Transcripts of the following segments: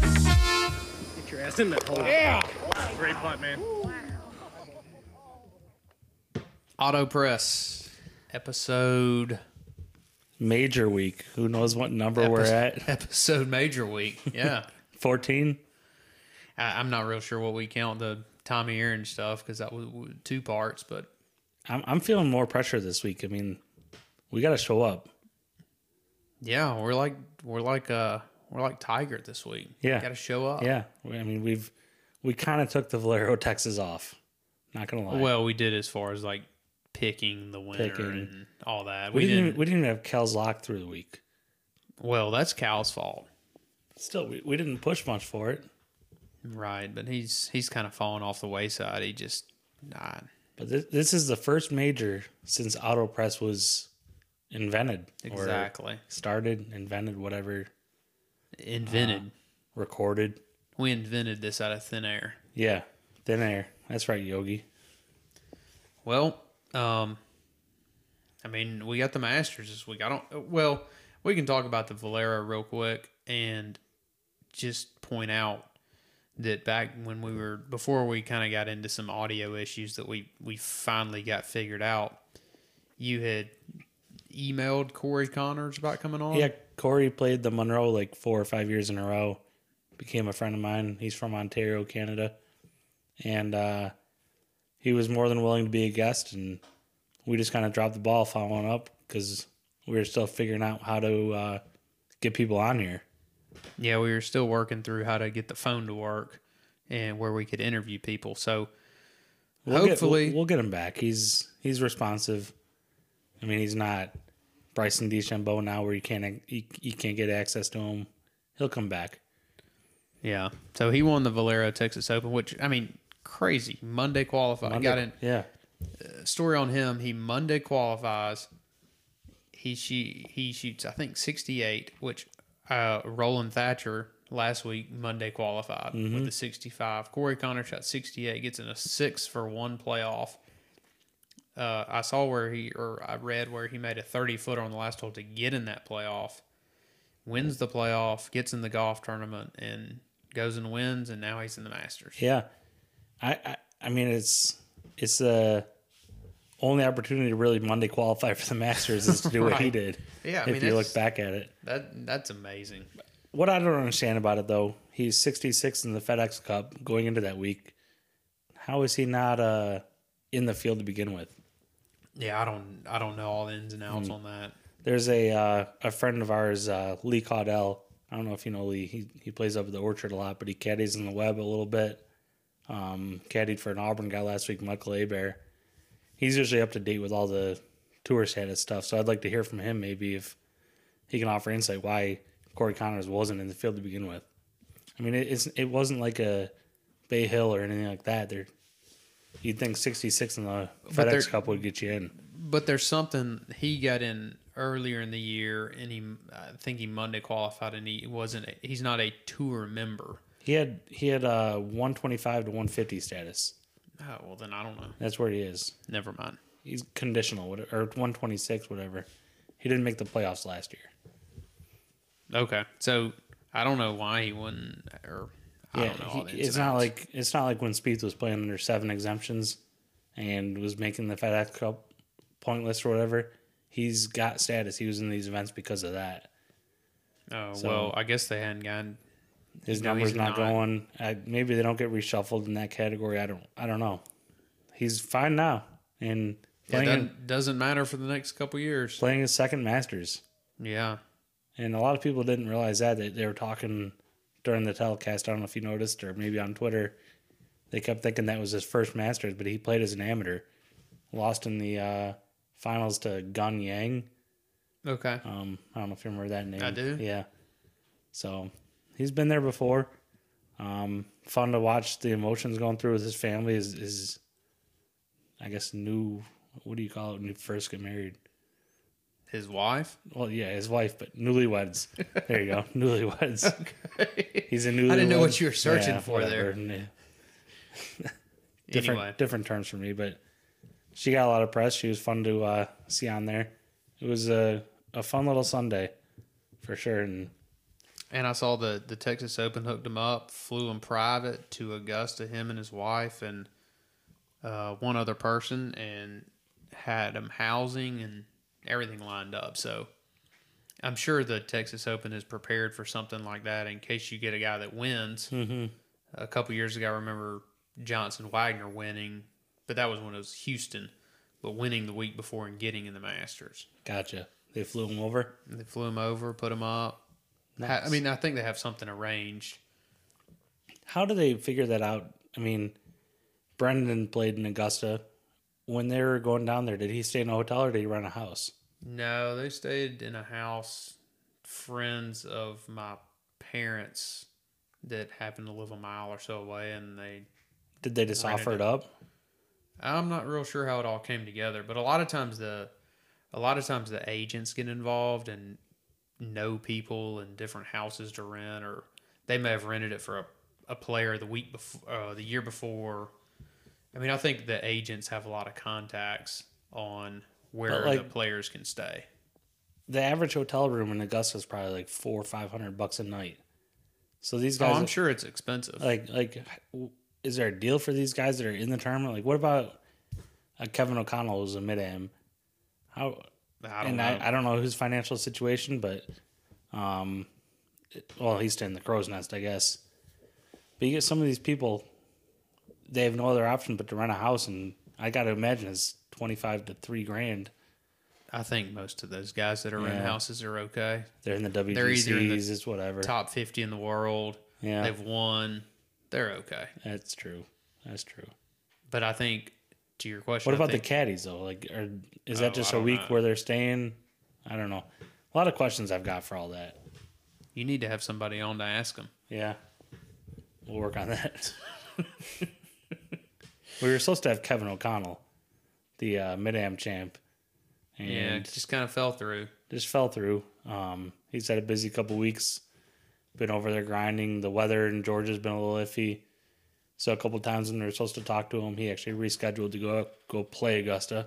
Get your ass in that hole. Yeah. Great putt, man. Auto Press, episode Major week. Who knows what number we're epi- at? episode major week. Yeah, 14? I, I'm not real sure what we count the Tommy of year and stuff because that was was two parts, but I'm, I'm feeling more pressure this week. I mean, we got to show up. yeah, we're like we're like uh we're like Tiger this week. Yeah. got to show up. Yeah. I mean, we've, we kind of took the Valero, Texas off. Not going to lie. Well, we did as far as like picking the winner Picking. and all that. we, We, didn't, didn't. even- we didn't even have Kel's lock through the week. well, that's Cal's fault, Still, we, we didn't push much for it. right? But he's he's kind of fallen off the wayside. He just not. But this, this is the first major since auto press was invented or Exactly. started, invented, whatever, Invented. recorded. we invented this out of thin air. Yeah. Thin air. That's right, Yogi. Well, um, I mean, we got the Masters this week. I don't. Well, we can talk about the Valera real quick and just point out that back when we were before we kind of got into some audio issues that we we finally got figured out. You had emailed Corey Connors about coming on. Yeah, Corey played the Monroe like four or five years in a row. Became a friend of mine. He's from Ontario, Canada, and uh, he was more than willing to be a guest. And we just kind of dropped the ball following up because we were still figuring out how to uh, get people on here. Yeah, we were still working through how to get the phone to work and where we could interview people. So We'll get- hopefully, we'll, we'll get him back. He's he's responsive. I mean, he's not Bryson DeChambeau now, where you can't you, you can't get access to him. He'll come back. Yeah. So he won the Valero Texas Open, which I mean, crazy. Monday qualified. Got in Yeah, a story on him. He Monday qualifies. He she he shoots I think 68, which uh, Roland Thatcher last week Monday qualified with a 65. Corey Connor shot 68, gets in a six for one playoff. Uh, I saw where he or I read where he made a 30 footer on the last hole to get in that playoff. Wins the playoff, gets in the golf tournament, and goes and wins. And now he's in the Masters. Yeah, I, I I mean it's it's the only opportunity to really Monday qualify for the Masters is to do what he Right. did. Yeah, I if mean, you that's- look back at it, That that's amazing. what I don't understand about it though, he's 66 in the FedEx Cup going into that week. How is he not uh in the field to begin with? Yeah, I don't I don't know all the ins and Hmm. outs on that. There's a uh, a friend of ours, uh, Lee Caudell. I don't know if you know Lee. He he plays up at the Orchard a lot, but he caddies in the web a little bit. Um, caddied for an Auburn guy last week, Michael Abear. He's usually up to date with all the tour status stuff, so I'd like to hear from him maybe if he can offer insight why Corey Connors wasn't in the field to begin with. I mean, it, it's it wasn't like a Bay Hill or anything like that. There, you'd think 66 in the they're- FedEx Cup would get you in. But there's something he got in earlier in the year, and he I think he Monday qualified, and he wasn't he's not a tour member. He had he had uh 125 to 150 status. Oh well, then I don't know. That's where he is. Never mind. He's conditional what- or 126 whatever. He didn't make the playoffs last year. Okay, so I don't know why he wouldn't, or I don't know. all the he- ins it's and not outs. like it's not like when Spieth was playing under seven exemptions and was making the FedEx Cup point list or whatever. He's got status. He was in these events because of that. oh so- well, I guess they hadn't gotten. His No, numbers he's not, not. going. I, maybe they don't get reshuffled in that category. I don't. I don't know. He's fine now and It playing doesn't, doesn't matter for the next couple years. playing his second Masters. Yeah, And a lot of people didn't realize that they, they were talking during the telecast. I don't know if you noticed or maybe on Twitter, they kept thinking that was his first Masters, but he played as an amateur, lost in the uh, finals to Gun Yang. okay. Um, I don't know if you remember that name. I do. Yeah. So he's been there before. Um, fun to watch the emotions going through with his family. Is is I guess new. What do you call it? When you first get married, His wife. Well, yeah, his wife, but newlyweds. There you go, newlyweds. Okay. He's a newlywed. didn't know what you were searching for there. there. Different anyway, different terms for me, but she got a lot of press. She was fun to uh, see on there. It was a a fun little Sunday, for sure. And and I saw the the Texas Open hooked him up, flew him private to Augusta, him and his wife and uh, one other person, and had him housing and everything lined up. So I'm sure the Texas Open is prepared for something like that in case you get a guy that wins. A couple years ago, I remember Johnson Wagner winning, but that was when it was Houston, but winning the week before and getting in the Masters. gotcha, they flew him over. And they flew him over, put him up. Ha- I Nice. mean, I think they have something arranged. How do they figure that out? I mean, Brendan played in Augusta. When they were going down there, did he stay in a hotel or did he rent a house? No, they stayed in a house. Friends of my parents that happened to live a mile or so away, and they. Did they just Rented offer it. it up? I'm not real sure how it all came together, but a lot of times the, a lot of times the agents get involved and know people and different houses to rent, or they may have rented it for a, a player the week before, uh, the year before. I mean, I think the agents have a lot of contacts on where the like- players can stay. the average hotel room in Augusta is probably like four or five hundred bucks a night. So these Oh, guys, I'm sure it's expensive. like, like, is there a deal for these guys that are in the tournament? Like, what about uh, Kevin O'Connell who's a mid am? How I don't and know. I, I don't know his financial situation, but um, it- well, he's in the crow's nest, I guess. But you get some of these people, they have no other option but to rent a house, and I got to imagine it's twenty five to three grand. I think most of those guys that are in Yeah. houses are okay. They're in the WGCs, They're either in the it's whatever. Top 50 in the world. yeah, They've won. They're okay. That's true. That's true. But I think to your question, What about I the think, caddies though? Like, or is that Oh, just I a don't week know. where they're staying? I don't know. A lot of questions I've got for all that. you need to have somebody on to ask them. Yeah, we'll work on that. we were supposed to have Kevin O'Connell, the uh, mid am champ, and Yeah, it just kind of fell through. just fell through. Um, he's had a busy couple weeks. Been over there grinding. The weather in Georgia's been a little iffy. So a couple times when we were supposed to talk to him, he actually rescheduled to go go play Augusta.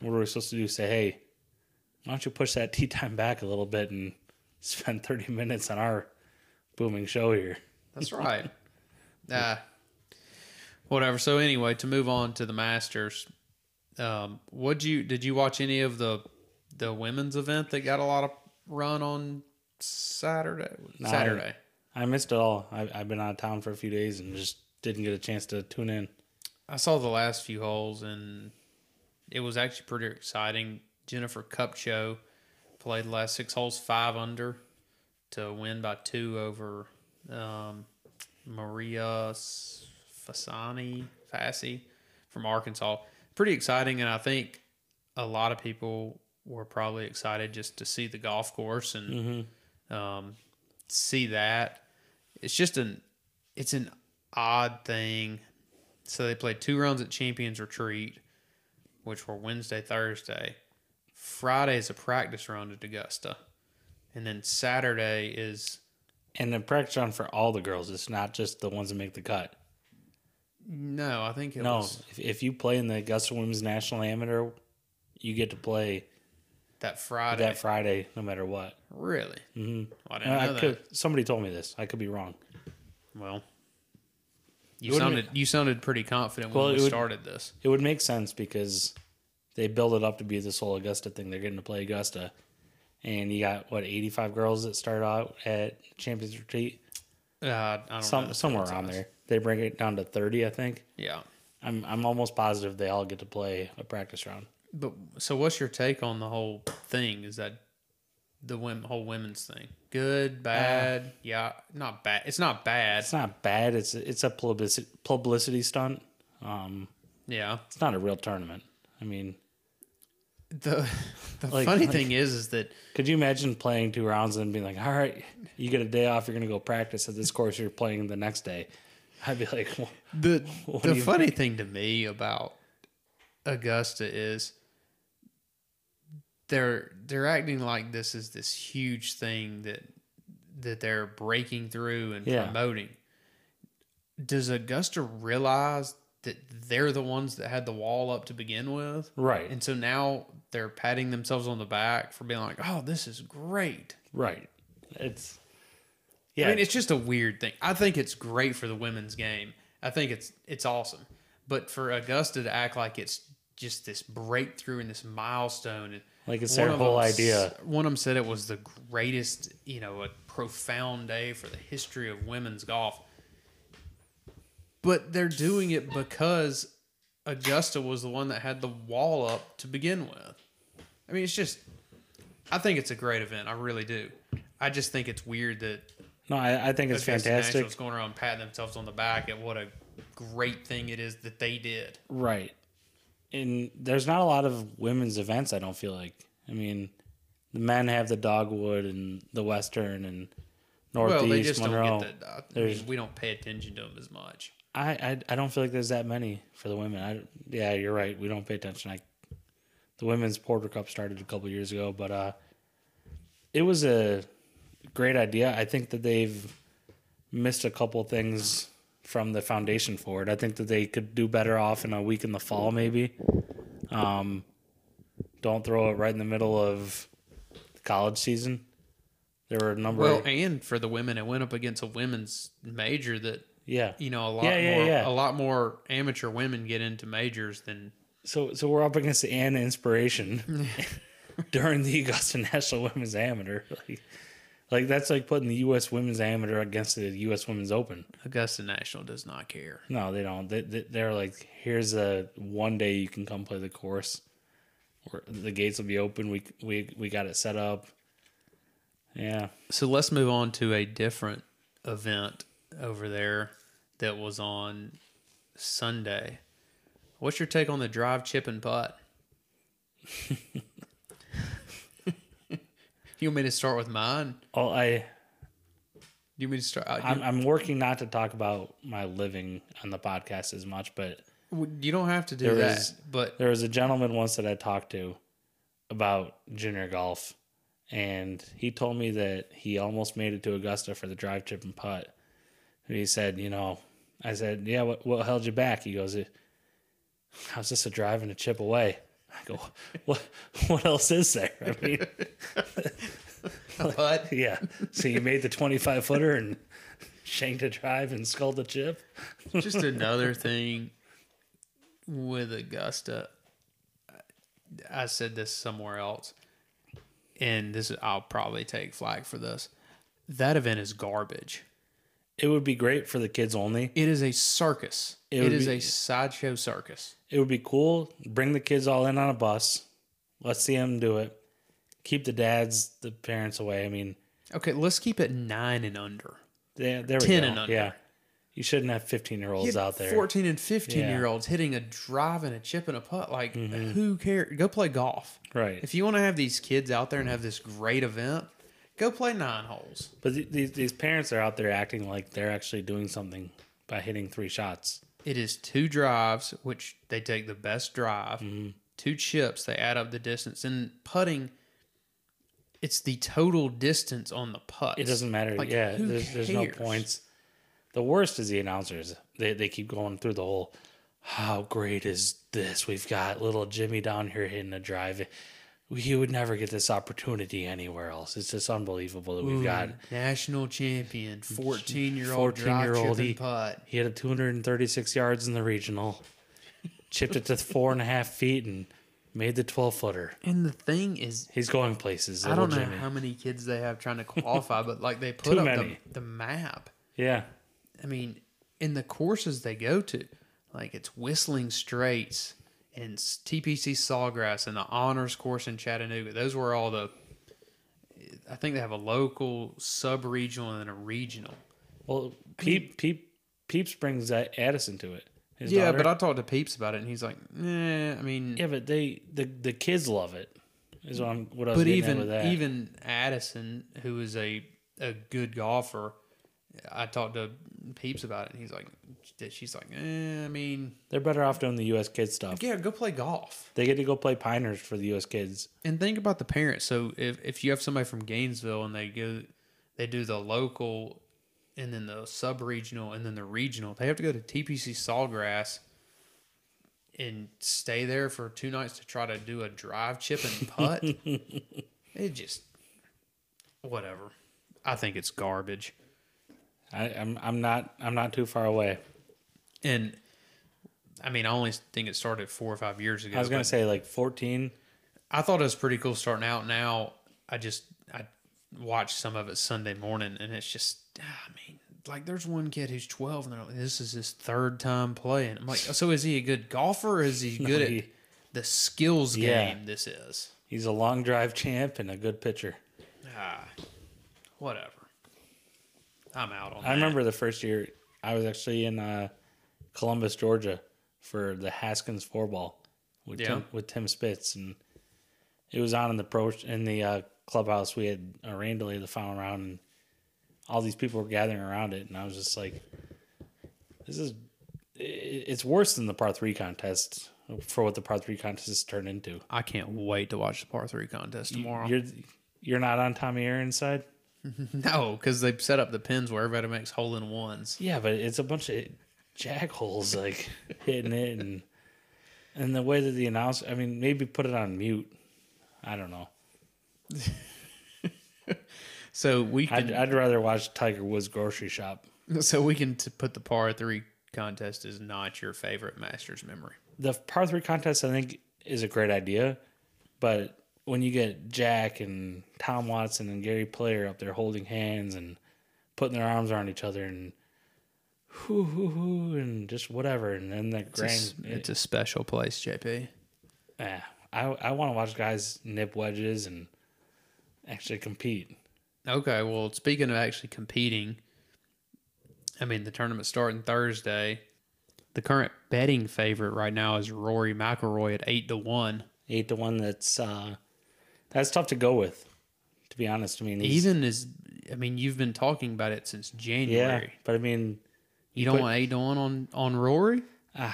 What were we supposed to do? Say, hey, why don't you push that tea time back a little bit and spend thirty minutes on our booming show here? That's right. uh, whatever. So anyway, to move on to the Masters, um, would you did you watch any of the the women's event that got a lot of run on Saturday? No, I- Saturday. I missed it all. I, I've been out of town for a few days and just didn't get a chance to tune in. I saw the last few holes and it was actually pretty exciting. Jennifer Cupcho played the last six holes five under to win by two over um, Maria S- Fasani Fassi from Arkansas. Pretty exciting, and I think a lot of people were probably excited just to see the golf course and um, see that. It's just an it's an odd thing. So they played two rounds at Champions Retreat, which were Wednesday, Thursday. Friday is a practice round at Augusta, and then Saturday is And the practice run for all the girls. It's not just the ones that make the cut. no. I think it No, was if, if you play in the Augusta Women's National Amateur, you get to play that Friday. that Friday, no matter what. really? Mhm. Well, I didn't And know I that. could, somebody told me this. I could be wrong. Well, you wouldn't sounded you sounded pretty confident Well, when it we would- started this. It would make sense because they build it up to be this whole Augusta thing. They're getting to play Augusta, and you got what eighty five girls that start out at Champions Retreat, Uh, I don't know some the somewhere total around size. there. They bring it down to thirty, I think. Yeah. I'm I'm almost positive they all get to play a practice round. But so, what's your take on the whole thing? Is that the wom- whole women's thing? Good, bad, yeah, not bad. It's not bad. Uh, It's not bad. It's it's a publicity publicity stunt. Um, yeah. it's not a real tournament. I mean, The the Like- funny like- thing is, is that could you imagine playing two rounds and being like, "All right, you get a day off. You're gonna go practice at this course. You're playing the next day." I'd be like, well, the do the you- funny thing to me about Augusta is they're they're acting like this is this huge thing that that they're breaking through and Yeah. promoting. Does Augusta realize that they're the ones that had the wall up to begin with? Right. And so now they're patting themselves on the back for being like, "Oh, this is great." right. It's yeah. I mean, it's just a weird thing. I think it's great for the women's game. I think it's it's awesome. But for Augusta to act like it's just this breakthrough and this milestone and like it's one their of whole 'em s- idea. One of them said it was the greatest, you know, a profound day for the history of women's golf. But they're doing it because Augusta was the one that had the wall up to begin with. I mean, it's just, I think it's a great event. I really do. I just think it's weird that No, I, I think it's Augusta fantastic. Nationals going around patting themselves on the back at what a great thing it is that they did. Right. And there's not a lot of women's events, I don't feel like. I mean, the men have the Dogwood and the Western and Northeast, well, they just Monroe. don't get that. I There's- mean, we don't pay attention to them as much. I, I, I don't feel like there's that many for the women. I, yeah, you're right. We don't pay attention. I, the Women's Porter Cup started a couple years ago, but uh, it was a great idea. I think that they've missed a couple things from the foundation for it. I think that they could do better off in a week in the fall, maybe. Um, don't throw it right in the middle of college season. There were a number. Well, of, and for the women, it went up against a women's major that yeah, you know a lot Yeah, yeah, more yeah. a lot more amateur women get into majors than So so we're up against the Anna inspiration during the Augusta National Women's Amateur. Like, like that's like putting the U.S. Women's Amateur against the U.S. Women's Open. Augusta National does not care. No, they don't. They, they, they're like, here's a one day you can come play the course. We're, the gates will be open. We we we got it set up. Yeah, So let's move on to a different event over there that was on Sunday. What's your take on the drive chip and putt? you want me to start with mine? well, I You want me to start? uh, I'm, I'm working not to talk about my living on the podcast as much, but You, you don't have to do There that, is- but there was a gentleman once that I talked to about junior golf, and he told me that he almost made it to Augusta for the drive, chip, and putt. And he said, you know, I said, yeah, what, what held you back? He goes, "It- I was just a drive and a chip away. I go, what, what else is there? I mean, putt. yeah. So you made the 25 footer and shanked a drive and sculled a chip. just another thing with Augusta. I I said this somewhere else, and this I'll probably take flag for this. That event is garbage. It would be great for the kids only. It is a circus. It would it is be- a sideshow circus. it would be cool. Bring the kids all in on a bus. Let's see them do it. Keep the dads, the parents away. I mean, Okay, let's keep it nine and under. there, there we 10 go. and under. Yeah, you shouldn't have fifteen year olds You had out there. Fourteen and fifteen Yeah. Mm-hmm. year olds hitting a drive and a chip and a putt. Like who cares? Go play golf. Right. If you want to have these kids out there and have this great event, go play nine holes. but th- these, these parents are out there acting like they're actually doing something by hitting three shots. It is two drives, which they take the best drive, Mm-hmm. two chips, they add up the distance. And putting, it's the total distance on the putt. It doesn't matter. Like, yeah, who there's, there's no cares? points. The worst is the announcers. They they keep going through the whole. How great is this? We've got little Jimmy down here hitting a drive. He would never get this opportunity anywhere else. It's just unbelievable that we've got. Mm-hmm. Mm. National champion, 14 year old, 14 year 14-year-old, old he- putt. He had a 236 yards in the regional, chipped it to four and a half feet, and made the 12 footer. And the thing is, He's going places. I little don't know Jimmy. how many kids they have trying to qualify, but like they put Too up many. The, the map. Yeah, I mean, in the courses they go to, like it's Whistling Straits and s- TPC Sawgrass and the Honors Course in Chattanooga. Those were all the. I think they have a local, sub-regional, and a regional. well, Peep Peep Peeps brings that Addison to it. His yeah, daughter. but I talked to Peeps about it, and he's like, "Nah." I mean, Yeah, but they the the kids love it. Is what, I'm, what I was but getting at even with that. even Addison, who is a a good golfer, I talked to Peeps about it, and he's like, she's like, eh, I mean, They're better off doing the U.S. kids stuff. yeah, go play golf. They get to go play Pinehurst for the U.S. kids. And think about the parents. So if, if you have somebody from Gainesville and they go, they do the local, and then the sub regional, and then the regional, they have to go to TPC Sawgrass and stay there for two nights to try to do a drive, chip, and putt. it just, whatever. I think it's garbage. I, I'm I'm not I'm not too far away. And I mean, I only think it started four or five years ago. I was gonna but say like 14. I thought it was pretty cool starting out. Now I just I watched some of it Sunday morning, and it's just ah, I mean, like there's one kid who's 12, and they're like, this is his third time playing. I'm like, so is he a good golfer? Or is he good at he- the skills Yeah. game? This is He's a long drive champ and a good pitcher. ah, whatever. I'm out on. I remember the first year I was actually in uh, Columbus, Georgia, for the Haskins four ball with Yeah. Tim, with Tim Spitz, and it was on in the pro in the uh, clubhouse. We had a randomly the final round, and all these people were gathering around it, and I was just like, "This is i- it's worse than the par three contest for what the par three contest has turned into." I can't wait to watch the par three contest tomorrow. You're you're not on Tommy Aaron's side. no, because they've set up the pins where everybody makes hole in ones. Yeah, but it's a bunch of jack holes like hitting it and and the way that the announce I mean, maybe put it on mute. I don't know. So we can I'd, I'd rather watch Tiger Woods grocery shop. So we can t- put the par three contest is not your favorite Masters memory. The par three contest I think is a great idea, but when you get Jack and Tom Watson and Gary Player up there holding hands and putting their arms around each other and hoo hoo hoo and just whatever and then the It's, a grand s- it's a special place, JP. Yeah, I I want to watch guys nip wedges and actually compete. Okay, well, speaking of actually competing, I mean the tournament starting Thursday. The current betting favorite right now is Rory McIlroy at eight to one. Eight to one. That's uh, that's tough to go with, to be honest. I mean, he's- Even is, I mean, you've been talking about it since yeah, January. but I mean, you don't put- want eight to one on on Rory. I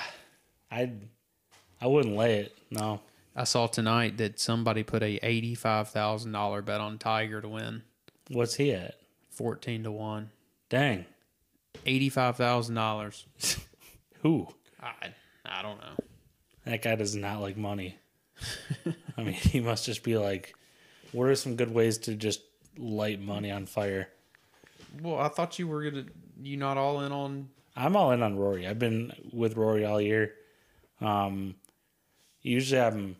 I wouldn't lay it. No, I saw tonight that somebody put a eighty five thousand dollar bet on Tiger to win what's he at? fourteen to one. Dang, eighty-five thousand dollars. who? I I don't know. That guy does not like money. I mean, he must just be like, what are some good ways to just light money on fire? Well, I thought you were gonna. You not all in on? I'm all in on Rory. I've been with Rory all year. Um, usually I'm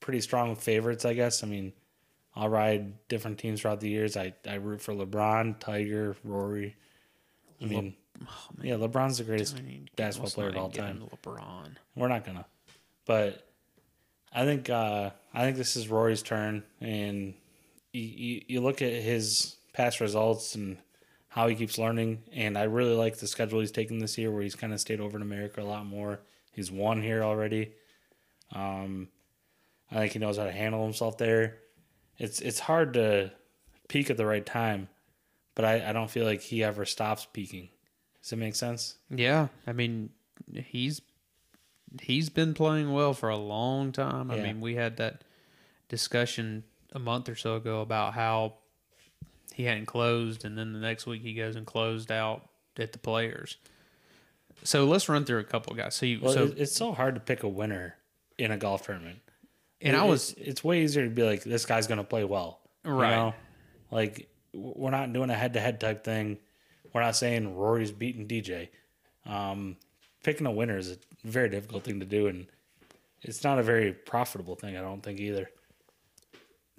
pretty strong with favorites, I guess. I mean, I'll ride different teams throughout the years. I, I root for LeBron, Tiger, Rory. I mean, yeah, LeBron's the greatest basketball player of all time. LeBron. We're not gonna, but I think uh, I think this is Rory's turn, and you, you, you look at his past results and how he keeps learning. And I really like the schedule he's taken this year, where he's kind of stayed over in America a lot more. He's won here already. Um, I think he knows how to handle himself there. It's it's hard to peak at the right time, but I, I don't feel like he ever stops peaking. Does that make sense? Yeah, I mean, he's he's been playing well for a long time. I Yeah. mean, we had that discussion a month or so ago about how he hadn't closed, and then the next week he goes and closed out at the Players. So let's run through a couple guys. So, you, Well, so it- it's so hard to pick a winner in a golf tournament. and I It- was it's way easier to be like, this guy's going to play well. you Right. know? Like, w- we're not doing a head to head type thing. We're not saying Rory's beating DJ. Um, picking a winner is a very difficult thing to do. And it's not a very profitable thing, I don't think either.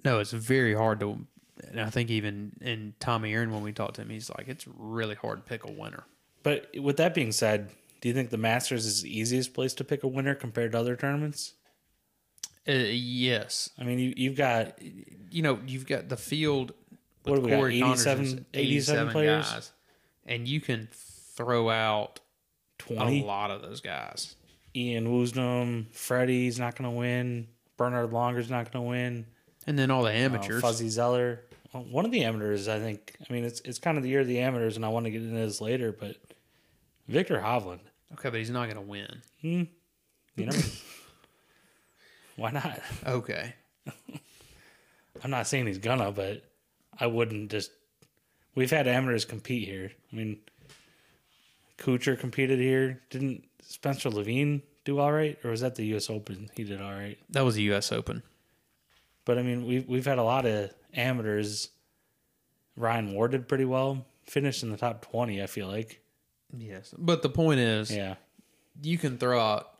No, it's very hard to. And I think even in Tommy Aaron, when we talked to him, he's like, it's really hard to pick a winner. But with that being said, do you think the Masters is the easiest place to pick a winner compared to other tournaments? Uh, yes. I mean, you, you've got You know, you've got the field with What do we got, Corey 87 Connors, 87 87 players? guys, and you can throw out 20. a lot of those guys. Ian Woosnam, Freddie's not going to win. Bernard Longer's not going to win. And then all the uh, amateurs. Fuzzy Zeller. Well, One of the amateurs, I think. I mean, it's it's kind of the year of the amateurs, and I want to get into this later, but Victor Hovland. Okay, but he's not going to win. You know, why not? Okay. I'm not saying he's gonna, but I wouldn't just. We've had amateurs compete here. I mean, Kucher competed here. Didn't Spencer Levine do all right, or was that the U.S. Open? He did all right. That was a U.S. Open. But I mean, we've we've had a lot of amateurs. Ryan Ward did pretty well. Finished in the top twenty. I feel like. Yes. But the point is, Yeah, you can throw out,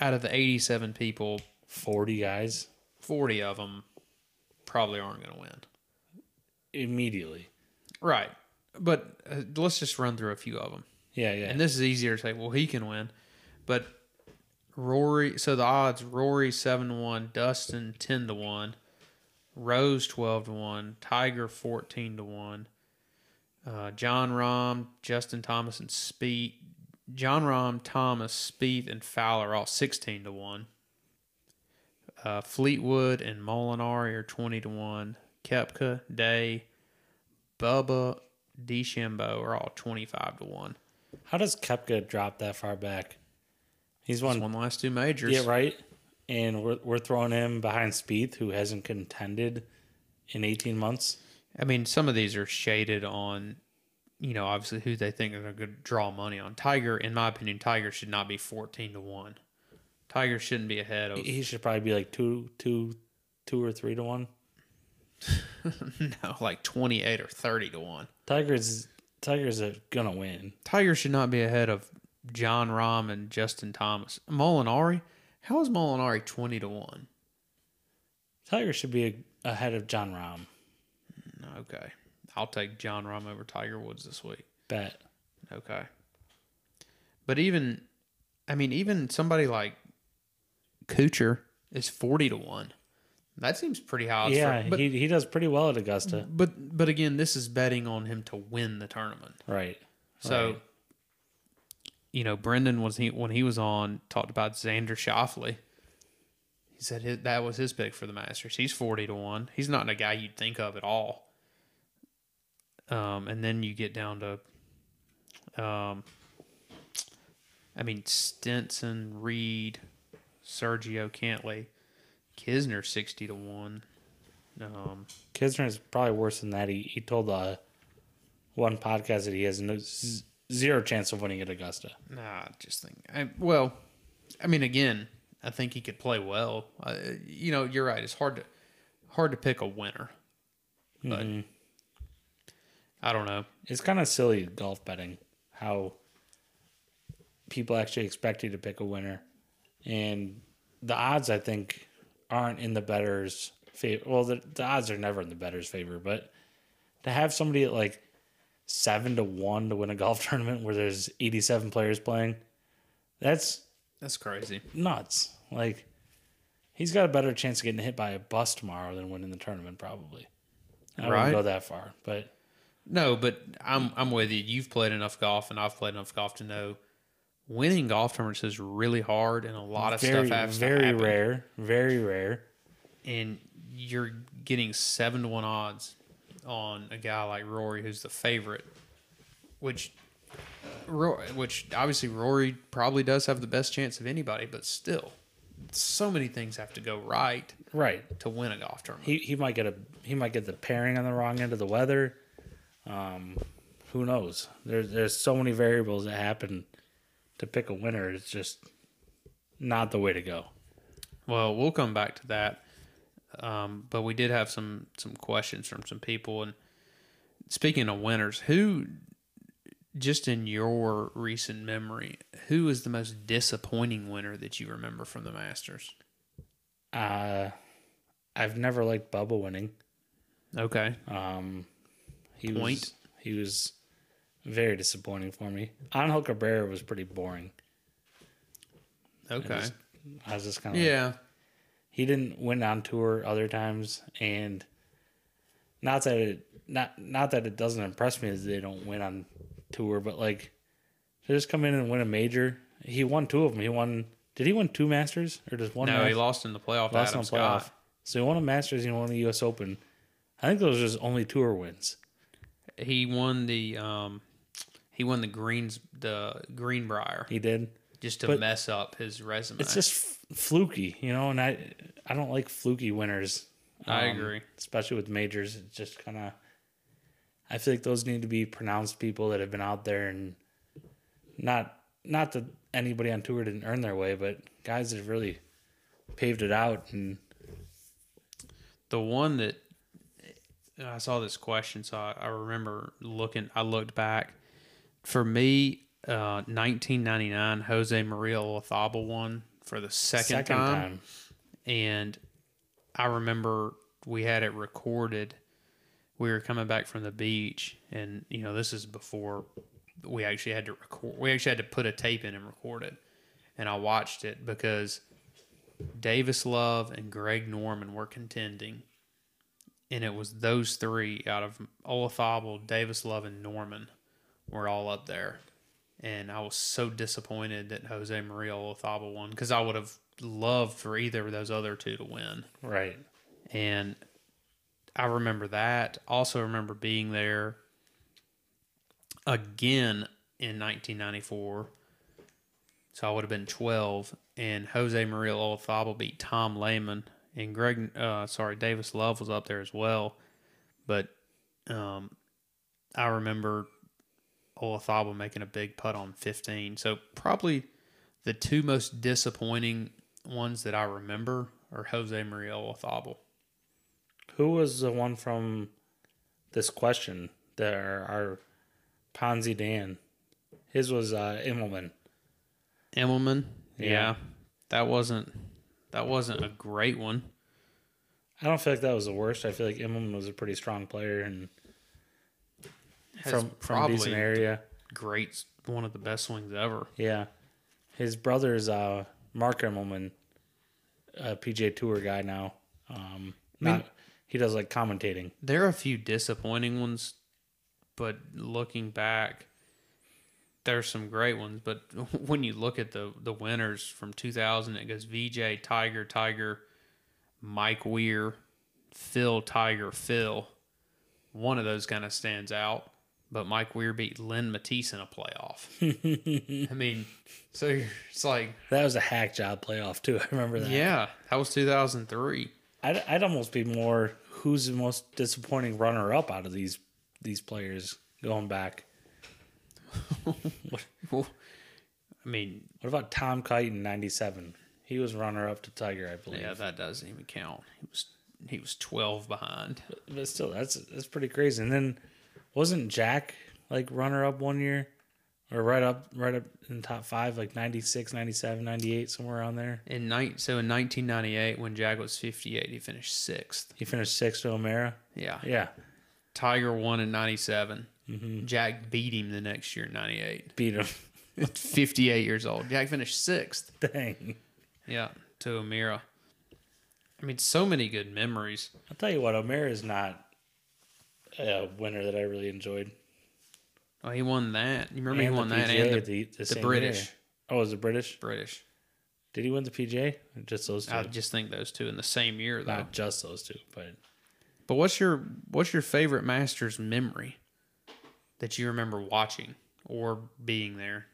out of the 87 people, forty guys 40 of them probably aren't going to win. immediately. Right. But uh, let's just run through a few of them. Yeah, yeah. And this is easier to say, well, he can win. But Rory, so the odds Rory 7 to 1, Dustin 10 to 1, Rose 12 to 1, Tiger 14 to 1, uh, John Rahm, Justin Thomas, and Speed. John Rahm, Thomas, Speed, and Fowler all 16 to 1. Uh, Fleetwood and Molinari are 20 to 1. Kepka, Day, Bubba, DeChambeau are all 25 to 1. How does Kepka drop that far back? He's won He's won the last two majors. Yeah, right. And we're we're throwing him behind Spieth, who hasn't contended in eighteen months. I mean, some of these are shaded on, you know, obviously who they think are going to draw money on. Tiger, in my opinion, Tiger should not be fourteen to one. Tiger shouldn't be ahead of. He should probably be like two, two, two or three to one. no, like twenty eight or thirty to one. Tiger's Tiger's a, gonna win. Tiger should not be ahead of John Rahm and Justin Thomas. Molinari, how is Molinari twenty to one? Tiger should be a, ahead of John Rahm. Okay, I'll take John Rahm over Tiger Woods this week. Bet Okay. But even, I mean, even somebody like Kucher is forty to one. That seems pretty high. odds yeah, for- but, Mm-hmm. he he does pretty well at Augusta. but but again, this is betting on him to win the tournament. Right. So, Right. you know, Brendan was he when he was on talked about Xander Shoffley. He said his, that was his pick for the Masters. He's forty to one. He's not a guy you'd think of at all. Um, and then you get down to, um, I mean Stenson, Reed, Sergio Cantley, Kisner sixty to one. Um, Kisner is probably worse than that. He he told the one podcast that he has no z- zero chance of winning at Augusta. Nah, I just think. I, well, I mean, again, I think he could play well. Uh, you know, you're right. It's hard to hard to pick a winner, but I don't know. It's kind of silly golf betting how people actually expect you to pick a winner, and the odds I think aren't in the better's favor. Well, the, the odds are never in the better's favor, but to have somebody at like seven to one to win a golf tournament where there's eighty seven players playing, that's That's crazy. nuts. Like he's got a better chance of getting hit by a bus tomorrow than winning the tournament probably. I Right. wouldn't go that far, but No, but I'm I'm with you. You've played enough golf, and I've played enough golf to know winning golf tournaments is really hard, and a lot of very, stuff has to very happen. rare, very rare. and you're getting seven to one odds on a guy like Rory, who's the favorite, which, Ro- which obviously Rory probably does have the best chance of anybody, but still, so many things have to go right Right. to win a golf tournament. He he might get a he might get the pairing on the wrong end of the weather. Um, who knows? There's there's so many variables that happen to pick a winner. It's just not the way to go. Well, we'll come back to that, um, but we did have some some questions from some people. And speaking of winners, who, just in your recent memory, who is the most disappointing winner that you remember from the Masters? Uh, I've never liked Bubba winning. Okay. Um, he Point. was he was very disappointing for me. Angel Cabrera was pretty boring. Okay. I was just kind of Yeah. he didn't win on tour other times and not that it not not that it doesn't impress me that they don't win on tour but like to just come in and win a major he won two of them he won did he win two masters or just one No, he Masters? lost in the playoff. to Lost Adam in the Scott. playoff. so he won a masters and he won the us open i think those are his only tour wins He won the um, He won the Greens the Greenbrier He did. just to but mess up his resume. It's just f- fluky, you know, and I I don't like fluky winners. Um, I agree. especially with majors. It's just kind of. I feel like those need to be pronounced people that have been out there and not not that anybody on tour didn't earn their way, but guys that have really paved it out and the one that uh, I saw this question, so I, I remember looking. I looked back. For me, uh, 1999, Jose Maria Lothaba won for the second, second time, time. and I remember we had it recorded. We were coming back from the beach, and you know this is before we actually had to record. We actually had to put a tape in and record it, and I watched it because Davis Love and Greg Norman were contending, and it was those three out of Olafable, Davis Love, and Norman were all up there. And I was so disappointed that Jose Maria Olafable won because I would have loved for either of those other two to win. Right. And I remember that. Also, remember being there again in 1994. So I would have been 12. And Jose Maria Olazabal beat Tom Lehman. And Greg, uh, sorry, Davis Love was up there as well. But um, I remember Olazabal making a big putt on 15. So probably the two most disappointing ones that I remember are Jose Maria Olazabal. Who was the one from this question? There, our Ponzi Dan. His was uh, Immelman. Immelman. Yeah. Yeah. That wasn't that wasn't a great one. I don't feel like that was the worst. I feel like Immelman was a pretty strong player and Has from from a decent area. great one of the best swings ever. Yeah, his brother's uh, Mark Immelman, a PJ Tour guy now. Um, not he does like commentating. There are a few disappointing ones, but looking back, there's some great ones. But when you look at the the winners from 2000, it goes VJ Tiger Tiger, Mike Weir, Phil Tiger Phil. One of those kind of stands out. But Mike Weir beat Lynn Matisse in a playoff. I mean, so you're- it's like, That was a hack job playoff too. I remember that. yeah, that was 2003. I'd, I'd almost be more who's the most disappointing runner up out of these these players going back. Well, I mean, What about Tom Kite in '97? He was runner up to Tiger, I believe. yeah, that doesn't even count. He was he was 12 behind. But still, that's that's pretty crazy. And then wasn't Jack like runner up one year or right up right up in top 5 like 96, 97, 98 somewhere around there. In night, so in 1998, when Jack was 58, he finished sixth. He finished 6th to O'Mara. Yeah, Yeah, Tiger won in 97. Jack beat him the next year in 98. beat him. At 58 years old, Jack finished sixth. Dang. Yeah, to Amira. I mean, so many good memories. I'll tell you what, O'Mara is not a winner that I really enjoyed. Oh, he won that. You remember he And won the that PGA and the, the, the the same British. year. Oh, was it British? British. Did he win the PJ? Just those two. I just think those two in the same year though. Not just those two, but But what's your what's your favorite Masters memory that you remember watching or being there?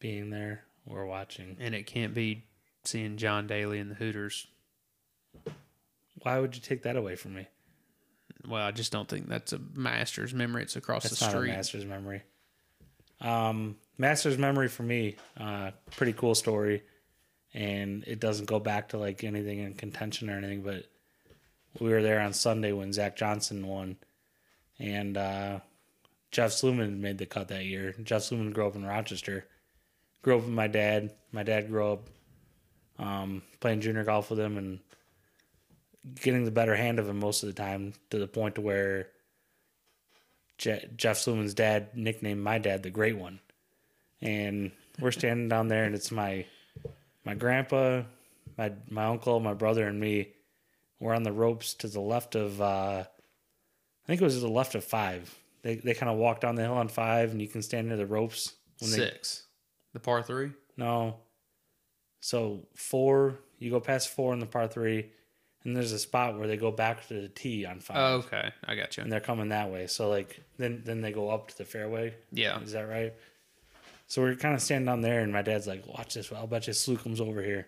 being there or watching. And it can't be seeing John Daly and the Hooters. Why would you take that away from me? Well, I just don't think that's a Masters memory. It's across That's the not a street. master's memory. Um, master's memory for me, uh, pretty cool story, and it doesn't go back to like anything in contention or anything. But we were there on Sunday when Zach Johnson won, and uh, Jeff Sluman made the cut that year. Jeff Sluman grew up in Rochester, grew up with my dad. My dad grew up um, playing junior golf with him and getting the better hand of him most of the time to the point to where. Je- Jeff Sluman's dad nicknamed my dad the Great One, and we're standing down there, and it's my my grandpa, my my uncle, my brother, and me. We're on the ropes to the left of, uh, I think it was to the left of five. They they kind of walk down the hill on five, and you can stand near the ropes. They, Six. The par three? no. So four, you go past four in the par three, and there's a spot where they go back to the tee on five, Oh, okay, I got you. and they're coming that way. So like then then they go up to the fairway. Yeah. Is that right? So we're kind of standing down there, and my dad's like, "Watch this! I'll bet you Slew comes over here."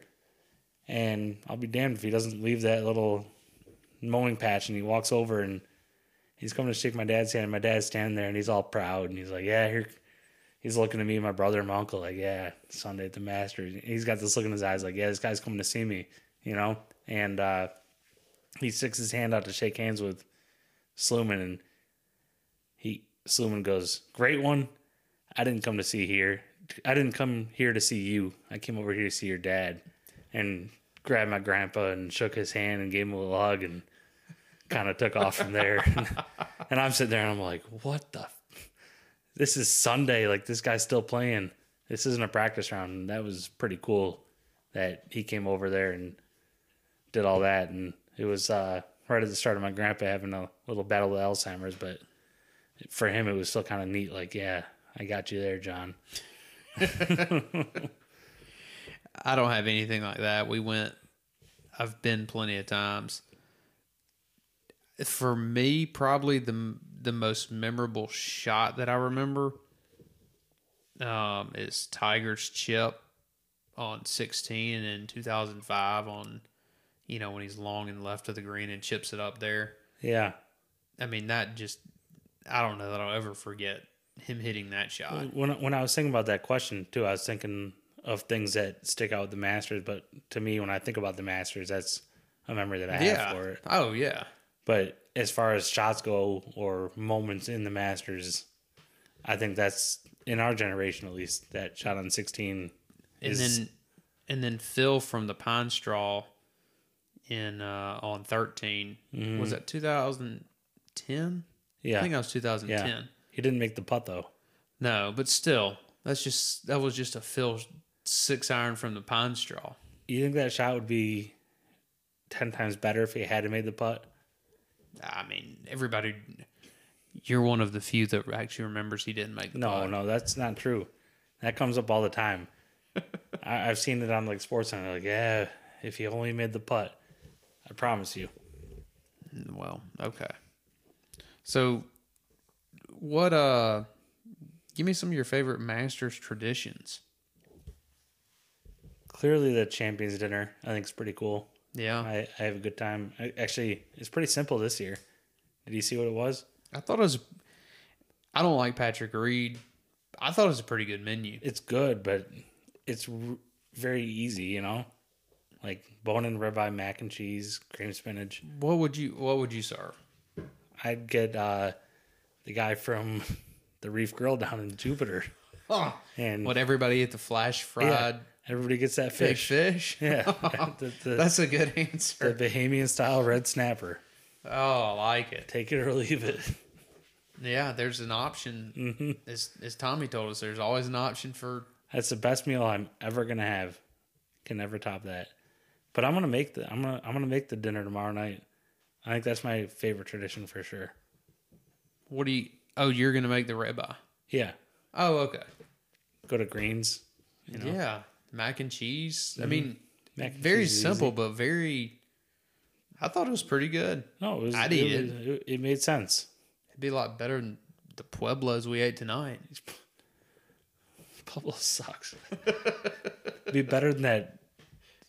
And I'll be damned if he doesn't leave that little mowing patch, and he walks over, and he's coming to shake my dad's hand. And my dad's standing there, and he's all proud, and he's like, "Yeah, here." He's looking at me, and my brother, and my uncle, like, "Yeah, Sunday at the Masters." He's got this look in his eyes, like, "Yeah, this guy's coming to see me," you know. And uh, he sticks his hand out to shake hands with Sluman, and he Sluman goes, "Great one." I didn't come to see here. I didn't come here to see you. I came over here to see your dad, and grabbed my grandpa and shook his hand and gave him a little hug and kind of took off from there. and I'm sitting there and I'm like, what the? F- this is Sunday. Like this guy's still playing. This isn't a practice round. And that was pretty cool that he came over there and did all that. And it was uh, right at the start of my grandpa having a little battle with Alzheimer's, but for him it was still kind of neat. Like, yeah, I got you there, John. I don't have anything like that. We went. I've been plenty of times. For me, probably the the most memorable shot that I remember um, is Tiger's chip on 16 in 2005 on you know when he's long and left of the green and chips it up there. Yeah. I mean that just I don't know that I'll ever forget him hitting that shot. When when I was thinking about that question too, I was thinking of things that stick out with the Masters. But to me, when I think about the Masters, that's a memory that I Yeah. have for it. Oh yeah. But as far as shots go or moments in the Masters, I think that's in our generation at least that shot on sixteen and is then and then Phil from the Pine Straw in uh, on thirteen was that 2010? Mm-hmm. yeah I think that was 2010. yeah. He didn't make the putt though. No, but still, that's just that was just a Phil six iron from the Pine Straw. You think that shot would be ten times better if he had made the putt? I mean, everybody. You're one of the few that actually remembers he didn't make the No, putt. no, that's not true. That comes up all the time. I, I've seen it on like sports and like, yeah, if he only made the putt, I promise you. Well, okay. So, what? Uh, give me some of your favorite Masters traditions. Clearly, the champions dinner I think is pretty cool. Yeah, I, I have a good time. I, actually, it's pretty simple this year. Did you see what it was? I thought it was. I don't like Patrick Reed. I thought it was a pretty good menu. It's good, but it's r- very easy, you know, like bone and ribeye mac and cheese, cream spinach. What would you What would you serve? I'd get uh, the guy from the Reef Grill down in Jupiter, and What everybody at the flash fried Yeah, everybody gets that big fish. fish? Yeah, the, the, That's a good the answer. Bahamian style red snapper. Oh, I like it. Take it or leave it. Yeah, there's an option. Mm-hmm. As as Tommy told us, there's always an option for. That's the best meal I'm ever gonna have. Can never top that. But I'm gonna make the I'm gonna I'm gonna make the dinner tomorrow night. I think that's my favorite tradition for sure. What do you? Oh, you're gonna make the ribeye. Yeah, Oh, okay. go to Greens. Yeah, mac and cheese. I mean, Mm-hmm. Mac and very cheese is easy. simple, but very. I thought it was pretty good. No, it was. I'd eat it. was- It, it made sense. It'd be a lot better than the pueblos we ate tonight. Pablo sucks. Be better than that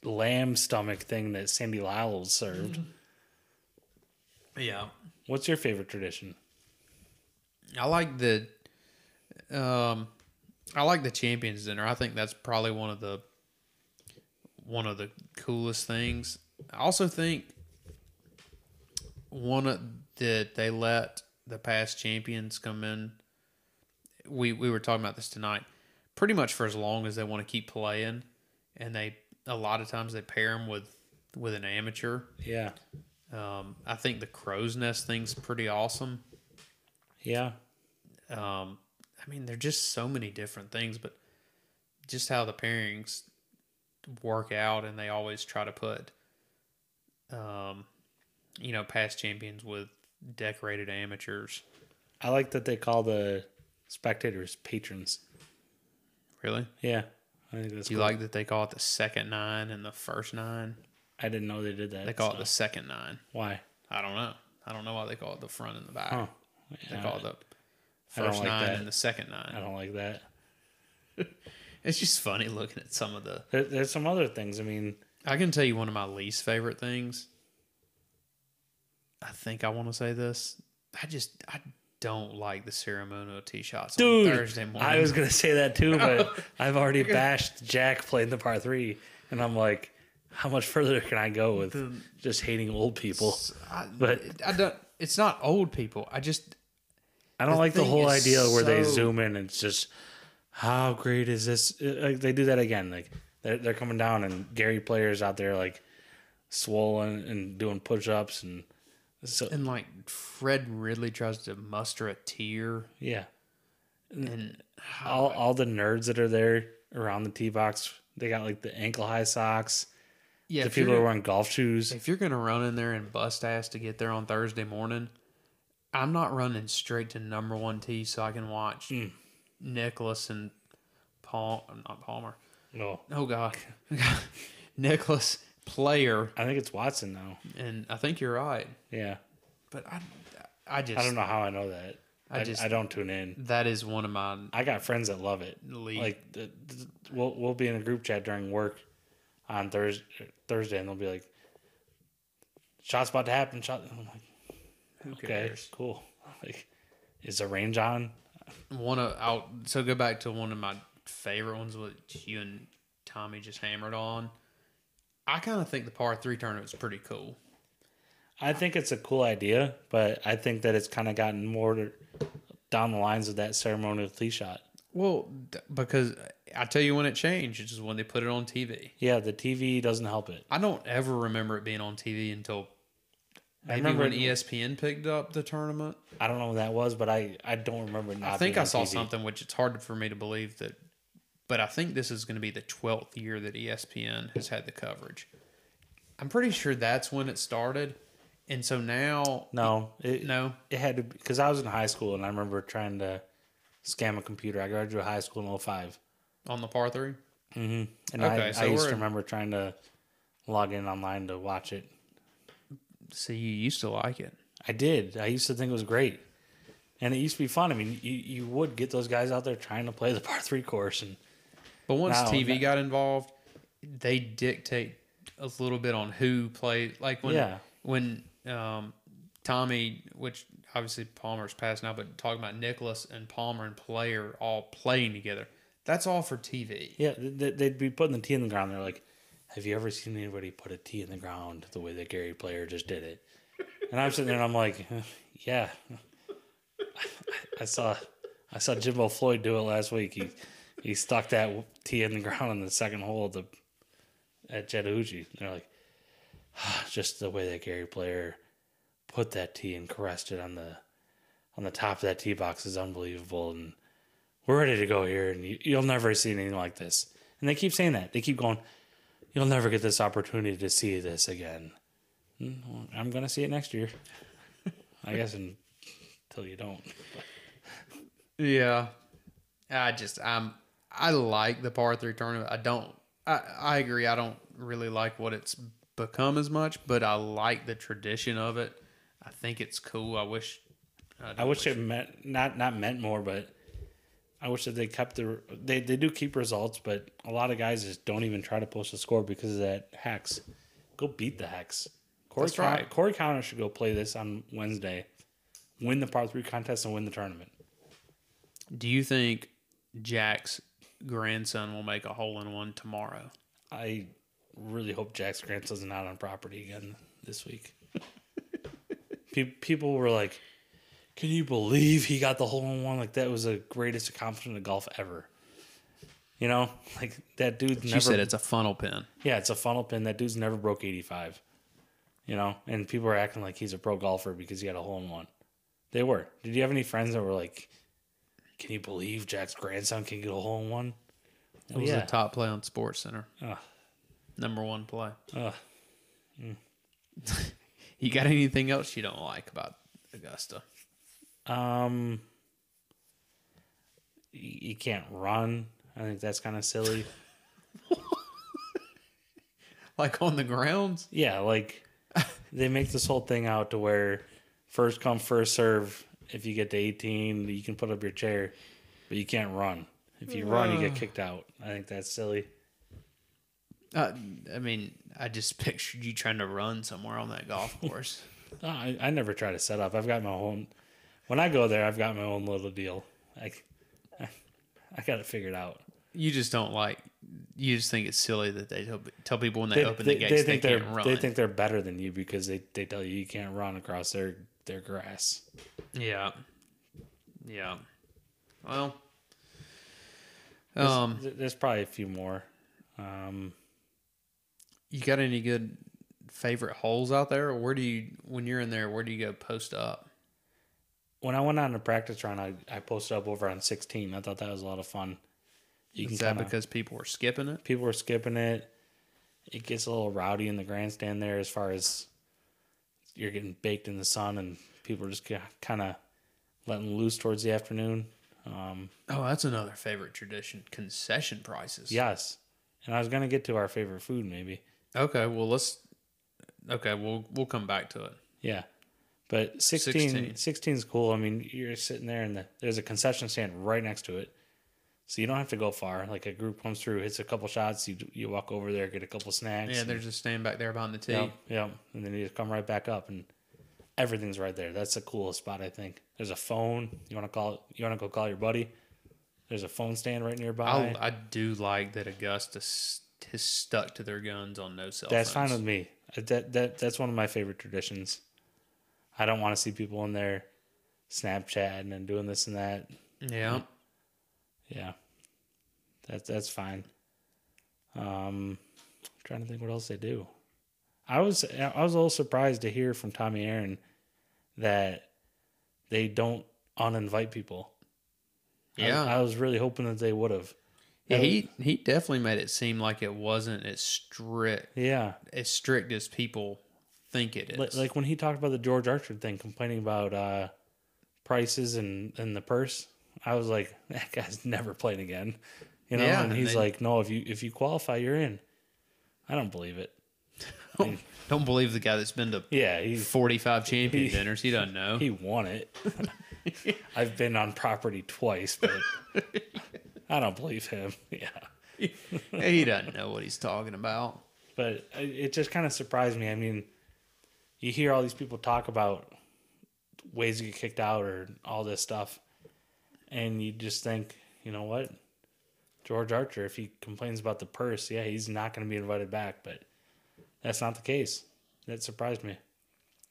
lamb stomach thing that Sandy Lyle served. Yeah, What's your favorite tradition? I like the, um, I like the champions dinner. I think that's probably one of the, one of the coolest things. I also think one of that they let the past champions come in. We we were talking about this tonight. Pretty much for as long as they want to keep playing, and they a lot of times they pair them with with an amateur. Yeah. Um, I think the crow's nest thing's pretty awesome. Yeah. um, I mean, they're just so many different things, but just how the pairings work out, and they always try to put, um, you know, past champions with decorated amateurs. I like that they call the spectators patrons. Really? Yeah. I think that's Do you cool. like that they call it the second nine and the first nine? I didn't know they did that. They call so- it the second nine. why? I don't know. I don't know why they call it the front and the back. Oh, They call it the I don't first like nine that. and the second I nine. don't like that. It's just funny looking at some of the. There, there's some other things. I mean, I can tell you one of my least favorite things. I think I want to say this. I just I don't like the ceremonial tee shots dude, on Thursday morning. I was gonna say that too, but I've already bashed Jack playing the par three, and I'm like, how much further can I go with just hating old people? I, but- I don't. It's not old people. I just I don't The like the thing whole is idea where they so- zoom in and it's just how great is this? Uh, Like they do that again. Like they're, they're coming down and Gary players out there like swollen and doing push ups and so and like Fred Ridley tries to muster a tear yeah. Mm. and All all the nerds that are there around the tee box, they got like the ankle high socks. yeah. the if you're people are gonna- wearing golf shoes. if you're gonna run in there and bust ass to get there on Thursday morning, I'm not running straight to number one tee so I can watch Mm. Nicholas and Paul. Not Palmer. No, Oh God, Nicholas Player, I think it's Watson now. and I think you're right. Yeah, But I, I just I don't know how I know that. I I, just- I don't tune in. that is one of my I got friends that love it. Elite. Like th- th- we'll we'll be in a group chat during work on Thursday, Thursday, and they'll be like, "Shots about to happen." Shot. I'm like, who okay, cares. cool. Like, is the range on? One of I'll so go back to one of my favorite ones, which you and Tommy just hammered on. I kind of think the par three tournament's pretty cool. I think it's a cool idea, but I think that it's kind of gotten more to, down the lines of that ceremonial tee shot. Well, th- because I tell you when it changed, it's just when they put it on TV. Yeah, the TV doesn't help it. I don't ever remember it being on TV until maybe remember when E it- ESPN picked up the tournament. I don't know what that was, but I I don't remember. it Not I think being I on saw TV. something which it's hard for me to believe that, but I think this is going to be the twelfth year that E ESPN has had the coverage. I'm pretty sure that's when it started, and so now No, it, no, it had to because I was in high school and I remember trying to scam a computer. I graduated high school in 05. on the par three. and I, Okay, so I used we're- to remember trying to log in online to watch it. See, you used to like it. I did. I used to think it was great, and it used to be fun. I mean, you, you would get those guys out there trying to play the par three course, and But once No, TV no. got involved, they dictate a little bit on who plays. Like when Yeah. when um, Tommy, which obviously Palmer's passed now, but talking about Nicholas and Palmer and Player all playing together. That's all for TV. yeah, they, they'd be putting the tee in the ground. They're like, "Have you ever seen anybody put a tee in the ground the way that Gary Player just did it?" And I'm sitting there and I'm like, "Yeah, I saw, I saw Jimbo Floyd do it last week. He he stuck that tee in the ground on the second hole at the at Chattahoochee. They're like, "Ah, just the way that Gary Player put that tee and caressed it on the on the top of that tee box is unbelievable. And we're ready to go here. And you, you'll never see anything like this. And they keep saying that. They keep going. You'll never get this opportunity to see this again. Mm, well, I'm gonna see it next year. I guess until you don't. Yeah, I just I'm I like the par three tournament. I don't. I I agree. I don't really like what it's become as much, but I like the tradition of it. I think it's cool. I wish. I wish it meant not not meant more, but I wish that they kept the they they do keep results, but a lot of guys just don't even try to post a score because of that hex. Go beat the hex. Corey That's Con- right. Corey Connor should go play this on Wednesday, win the par three contest and win the tournament. Do you think Jack's grandson will make a hole in one tomorrow? I really hope Jack's grandson's not on property again this week. Pe- people were like, "Can you believe he got the hole in one? Like that was the greatest accomplishment of golf ever." You know, like that dude's She never. said it's a funnel pin. Yeah, it's a funnel pin. That dude's never broke eighty-five. You know, and people are acting like he's a pro golfer because he had a hole in one. They were. Did you have any friends that were like, "Can you believe Jack's grandson can get a hole in one?" It was Oh, yeah. Ah. the top play on Sports Center. Ugh. Number one play. Ugh. You got anything else you don't like about Augusta? Um, y- you can't run. I think that's kind of silly. like on the grounds. Yeah, like they make this whole thing out to where first come first serve. If you get to eighteen, you can put up your chair, but you can't run. If you run, you get kicked out. I think that's silly. Uh, I mean, I just pictured you trying to run somewhere on that golf course. No, I, I never try to set up. I've got my own. When I go there, I've got my own little deal. I, I, I got it figured out. you just don't like. You just think it's silly that they tell, tell people when they, open the gates they they, think can't are run. they think they're better than you because they, they tell you you can't run across their their grass. yeah, yeah. Well, um, Th- There's probably a few more. Um, you got any good favorite holes out there? Or where do you when you're in there? Where do you go post up? when I went on a practice run, I, I posted up over on 16. I thought that was a lot of fun. You Is can that kinda- because people are skipping it? people are skipping it. It gets a little rowdy in the grandstand there as far as you're getting baked in the sun and people are just kind of letting loose towards the afternoon. Um, Oh, that's another favorite tradition: concession prices. yes. And I was going to get to our favorite food maybe. Okay. Well, let's. Okay, we'll we'll come back to it. Yeah. But 16, 16. 16 is cool. I mean, you're sitting there and the, there's a concession stand right next to it. So you don't have to go far. Like a group comes through, hits a couple shots, you you walk over there, get a couple snacks. Yeah, and- there's a stand back there behind the tee. Yeah, yeah. And then you just come right back up and everything's right there. That's the coolest spot I think. There's a phone. You wanna call you wanna go call your buddy? There's a phone stand right nearby. I, I do like that Augusta s- has stuck to their guns on no cell that's phones. fine with me. Uh, That that that's one of my favorite traditions. I don't wanna see people in there Snapchatting and doing this and that. Yeah. Yeah. That that's fine. Um trying to think what else they do. I was I was a little surprised to hear from Tommy Aaron that they don't uninvite people. I- Yeah. I, was really hoping that they would have. yeah. He he definitely made it seem like it wasn't as strict Yeah. as strict as people think it is. Like, like when he talked about the George Archer thing complaining about uh prices and and the purse, I was like that guy's never playing again. You know, Yeah, and and he's they- like no, if you if you qualify you're in. I don't believe it. don't, don't believe the guy that's been to Yeah, he's forty five champion dinners. He doesn't know. He won it. I've been on property twice, but I don't believe him. Yeah. he doesn't know what he's talking about. But it it just kind of surprised me. I mean, you hear all these people talk about ways to get kicked out or all this stuff, and you just think, you know what? George Archer, if he complains about the purse, yeah, he's not going to be invited back, but that's not the case. That surprised me.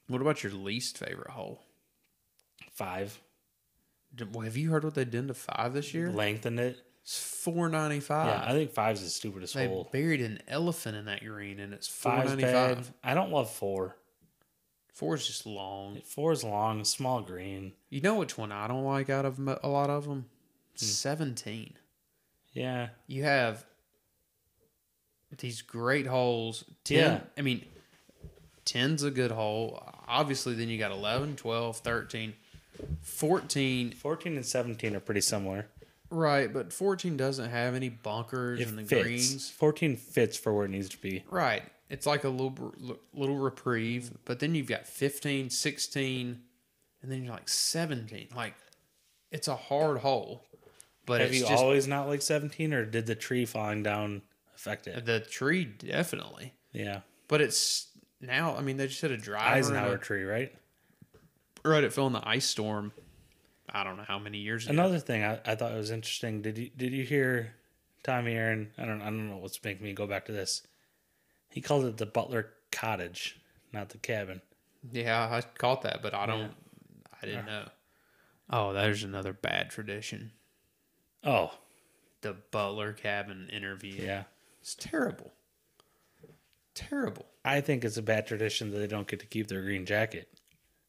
What about your least favorite hole? Five, Did- well, Have you heard what they did to five this year? lengthened it. It's four ninety Yeah, five. I think five's the stupidest They hole. buried an elephant in that green, and it's four Five's ninety bad. five. I don't love four. Four is just long. Four is long, small green. You know which one I don't like out of mo- a lot of Hmm. them? 17. Yeah. You have these great holes. 10. Yeah. I mean, 10's a good hole. Obviously, then you got 11, 12, 13, 14. 14 and 17 are pretty similar. Right, but 14 doesn't have any bunkers It and the fits. greens. 14 fits for where it needs to be. Right. It's like a little br- little reprieve, but then you've got 15, 16, and then you're like 17. Like, it's a hard hole. But Have it's you just always not like 17 or did the tree falling down affect it? The tree definitely, Yeah. but it's now. I mean, they just had a driver. Eisenhower and tree, right? a- right, it fell in the ice storm. I don't know how many years ago. Another thing I, I thought was interesting. Did you did you hear Tommy Aaron? I don't I don't know what's making me go back to this. He called it the Butler Cottage, not the cabin. yeah, I caught that, but I don't. I didn't know. Oh, there's another bad tradition: Oh, the Butler cabin interview. yeah. it's terrible. Terrible. I think it's a bad tradition that they don't get to keep their green jacket.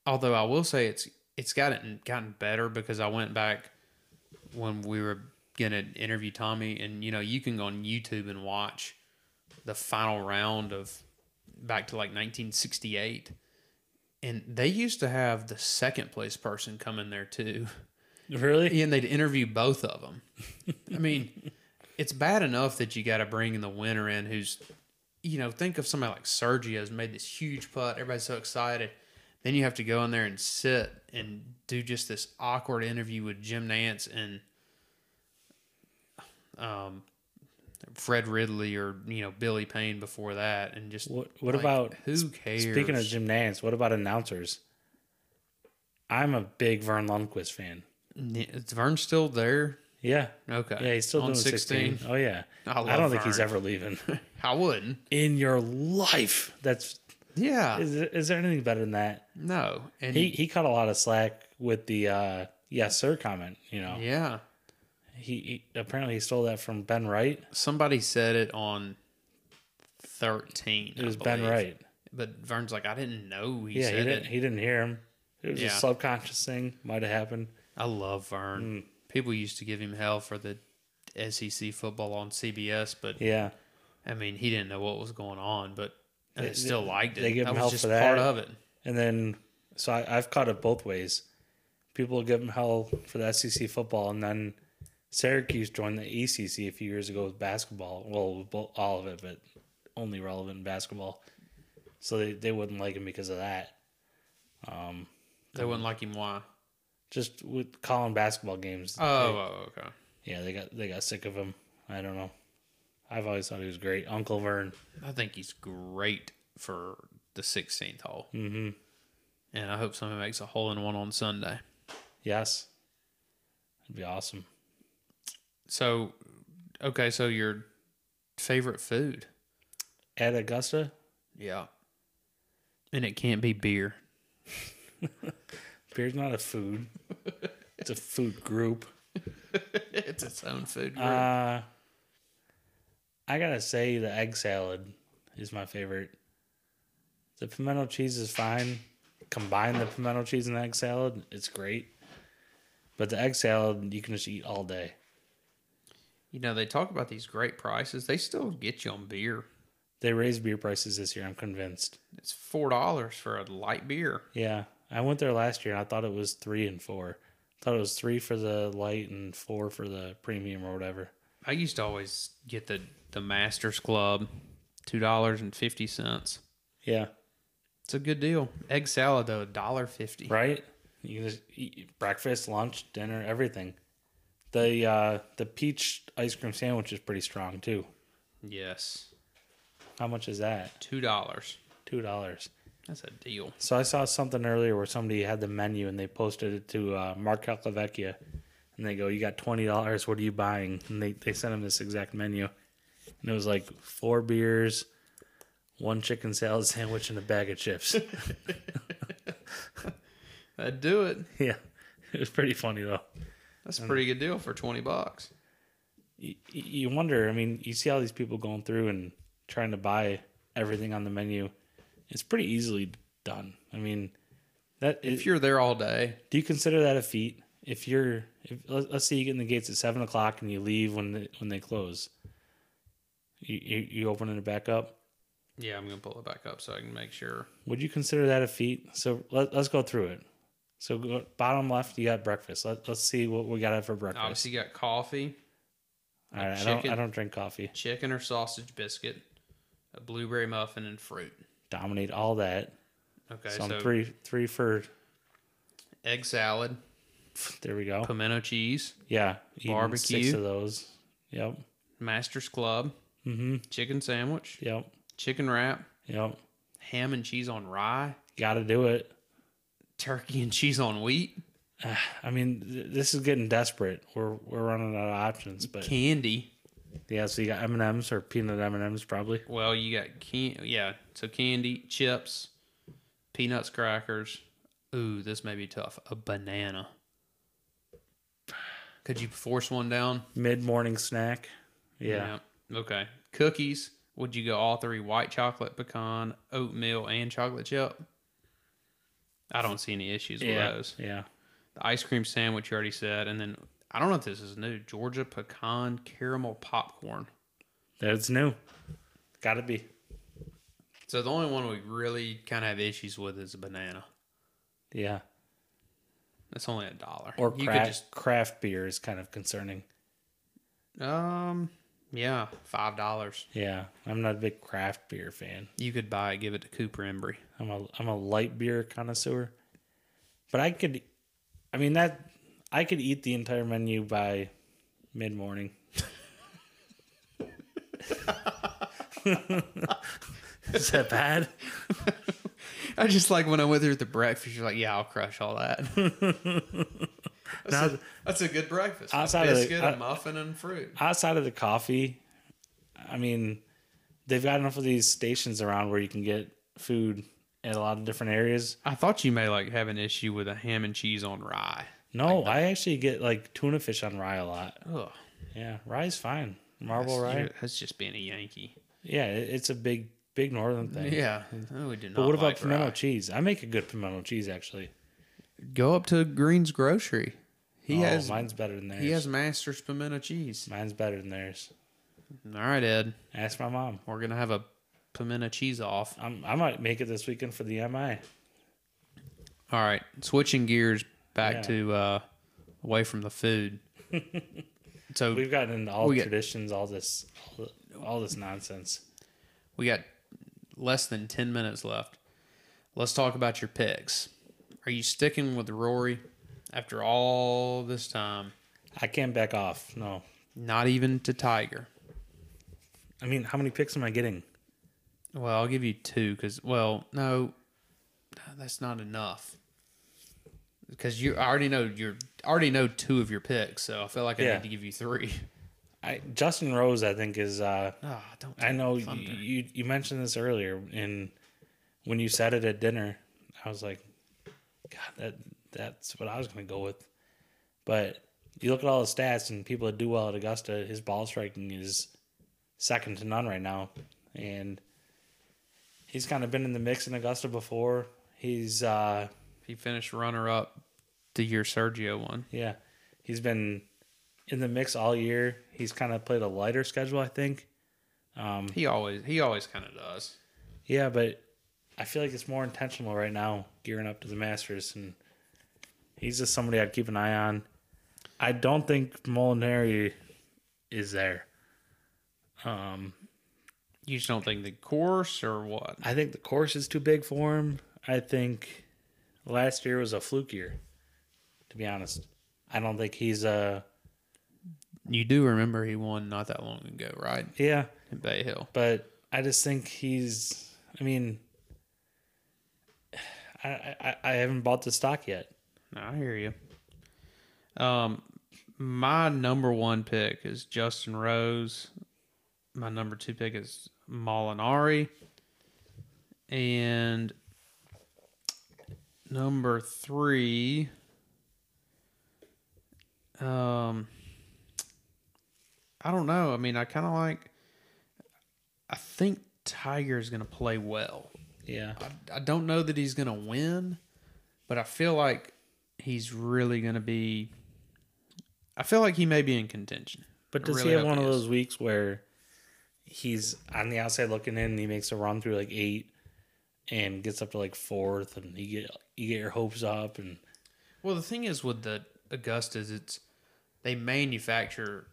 Although I will say it's it's gotten gotten better because I went back when we were gonna interview Tommy, and you know you can go on YouTube and watch the final round of back to like 1968, and they used to have the second place person come in there too, Really? and they'd interview both of them. I mean, it's bad enough that you got to bring in the winner in who's you know, think of somebody like Sergio's made this huge putt. Everybody's so excited. Then you have to go in there and sit and do just this awkward interview with Jim Nance and um, Fred Ridley or you know Billy Payne before that, and just What- what like, about- who cares? Speaking of Jim Nance, what about announcers? I'm a big Vern Lundquist fan. N- is Vern still there? Yeah. Okay, Yeah, he's still on doing 16. Oh, yeah. I I, love don't think he's Vern. ever leaving. I wouldn't. In your life. That's. Yeah, Is, is there anything better than that? no, and He, he caught a lot of slack with the uh, yes, sir comment. You know, yeah, he, he apparently he stole that from Ben Wright. somebody said it on thirteen. It I was Ben believe. Wright. but Vern's like, I didn't know he yeah, he said didn't, it. he didn't hear him. It was Yeah. a subconscious thing. Might have happened. I love Mm. Vern. People used to give him hell for the SEC football on CBS, but Yeah. I mean, he didn't know what was going on, but I They- still liked it. they give that him was hell just for part that. of it. And then, so I, I've caught it both ways. People give him hell for the SEC football, and then Syracuse joined the ACC a few years ago with basketball. Well, with bo- all of it, but only relevant in basketball. So they, they wouldn't like him because of that. Um, They wouldn't like him. Why? just with calling basketball games. Oh, oh, okay. yeah, they got they got sick of him. I don't know. I've always thought he was great, Uncle Vern. I think he's great for the 16th hole, Mm-hmm. and I hope somebody makes a hole in one on Sunday. Yes, that'd be awesome. So, okay, so your favorite food? At Augusta, Yeah, and it can't be beer. Beer's not a food. it's a food group. it's its own food. group. Uh, I gotta say the egg salad is my favorite. The pimento cheese is fine. Combine the pimento cheese and the egg salad, it's great. But the egg salad you can just eat all day. You know, they talk about these great prices. They still get you on beer. They raised beer prices this year, I'm convinced. It's four dollars for a light beer. Yeah. I went there last year and I thought it was three and four. thought it was three for the light and four for the premium or whatever. I used to always get the the Masters Club, two dollars and fifty cents. Yeah. It's a good deal. Egg salad though, a dollar fifty. right? You can just eat breakfast, lunch, dinner, everything. The uh, the peach ice cream sandwich is pretty strong too. Yes, How much is that? two dollars. Two dollars. That's a deal. So I saw something earlier where somebody had the menu and they posted it to uh, Mark Calcavecchia, and they go, "You got twenty dollars. What are you buying?" And they they sent him this exact menu, and it was like four beers, one chicken salad sandwich, and a bag of chips. That'd do it. yeah, it was pretty funny though. That's a pretty good deal for twenty bucks. y- you wonder. I mean, you see all these people going through and trying to buy everything on the menu. It's pretty easily done. I mean, that If if you you're there all day, do you consider that a feat? If you're, if, let- let's say you get in the gates at seven o'clock and you leave when they, when they close, you, you you open it back up. yeah, I'm gonna pull it back up so I can make sure. Would you consider that a feat? So let, let's go through it. So go, bottom left, you got breakfast. Let, let's see what we got for breakfast. Obviously, you got coffee, All right, I don't, I Um, chicken. don't drink coffee. chicken or sausage biscuit, a blueberry muffin, and fruit. Dominate all that. Okay, so so I'm three three for egg salad, There we go. pimento cheese, Yeah, eating Six Barbecue. of those. Yep. Masters Club, Mm-hmm. chicken sandwich, Yep. chicken wrap, Yep. ham and cheese on rye, Got to do it. turkey and cheese on wheat, I mean, th- this is getting desperate. We're we're running out of options, but candy. yeah. So you got M and M's or peanut M and M's probably. Well, you got can yeah, so candy, chips, peanuts, crackers. Ooh, this may be tough. A banana. Could you force one down? Mid morning snack. Yeah. Yeah. Okay. Cookies. Would you go all three white chocolate, pecan, oatmeal, and chocolate chip? I don't see any issues with Yeah. those. Yeah. The ice cream sandwich you already said, and then I don't know if this is new. Georgia pecan caramel popcorn. That's new. Got to be. So the only one we really kind of have issues with is a banana. Yeah. That's only a dollar. Or you craft craft beer is kind of concerning. could just um Yeah, five dollars. Yeah, I'm not a big craft beer fan. You could buy it, give it to Cooper Embry. I'm a I'm a light beer connoisseur, but I could, I mean that I could eat the entire menu by mid morning. Is that bad? I just like when I went through the breakfast. You're like, yeah, I'll crush all that. that's, a, that's a good breakfast. A Outside of the- biscuit, uh, a muffin, and fruit. Outside of the coffee, I mean, they've got enough of these stations around where you can get food in a lot of different areas. I thought you may like have an issue with a ham and cheese on rye. No, I actually get like tuna fish on rye a lot. Ugh, Yeah, rye's fine. that's, Marble rye. you're- that's just being a Yankee. Yeah, it- it's a big, big northern thing. Yeah, I would do not. But what about like pimento rye. cheese? I make a good pimento cheese actually. Go up to Green's Grocery. He oh, has mine's better than theirs. he has Masters pimento cheese. mine's better than theirs. All right, Ed, Ask my mom. we're gonna have a pimento cheese off. I'm, I might make it this weekend for the MI. All right, switching gears back Yeah. to uh, away from the food. so We've gotten into all We got- traditions, all this, all this nonsense. we got less than ten minutes left. Let's talk about your picks. Are you sticking with Rory after all this time? I can't back off. No, Not even to Tiger. I mean, how many picks am I getting? Well, I'll give you two because well, no, that's not enough. Because you I already know you're I already know two of your picks, so I feel like I Yeah. need to give you three. I, Justin Rose, I think is. Uh, Ah, don't. I know you, Thunder. you you mentioned this earlier, and when you said it at dinner, I was like, God, that that's what I was gonna go with. But you look at all the stats and people that do well at Augusta, his ball striking is second to none right now, and he's kind of been in the mix in Augusta before. He's uh, He finished runner up the year Sergio won. yeah, he's been in the mix all year. He's kind of played a lighter schedule, I think. Um, He always he always kind of does. Yeah, but I feel like it's more intentional right now, gearing up to the Masters, and he's just somebody I'd keep an eye on. I don't think Molinari is there. Um, You just don't think the course or what? I think the course is too big for him. I think last year was a fluke year, to be honest. I don't think he's uh You do remember he won not that long ago, right? yeah, In Bay Hill. but I just think he's. I mean, I I, I haven't bought the stock yet. I hear you. Um, my number one pick is Justin Rose. My number two pick is Molinari, and number three. Um, I don't know. I mean, I kind of like. I think Tiger is going to play well. Yeah. I don't know that he's going to win, but I feel like he's really going to be. I feel like he may be in contention. But I does really he have hope one of he is. those weeks where he's on the outside looking in and he makes a run through like eight and gets up to like fourth and you get you get your hopes up and Well, the thing is with the Augustas, it's they manufacture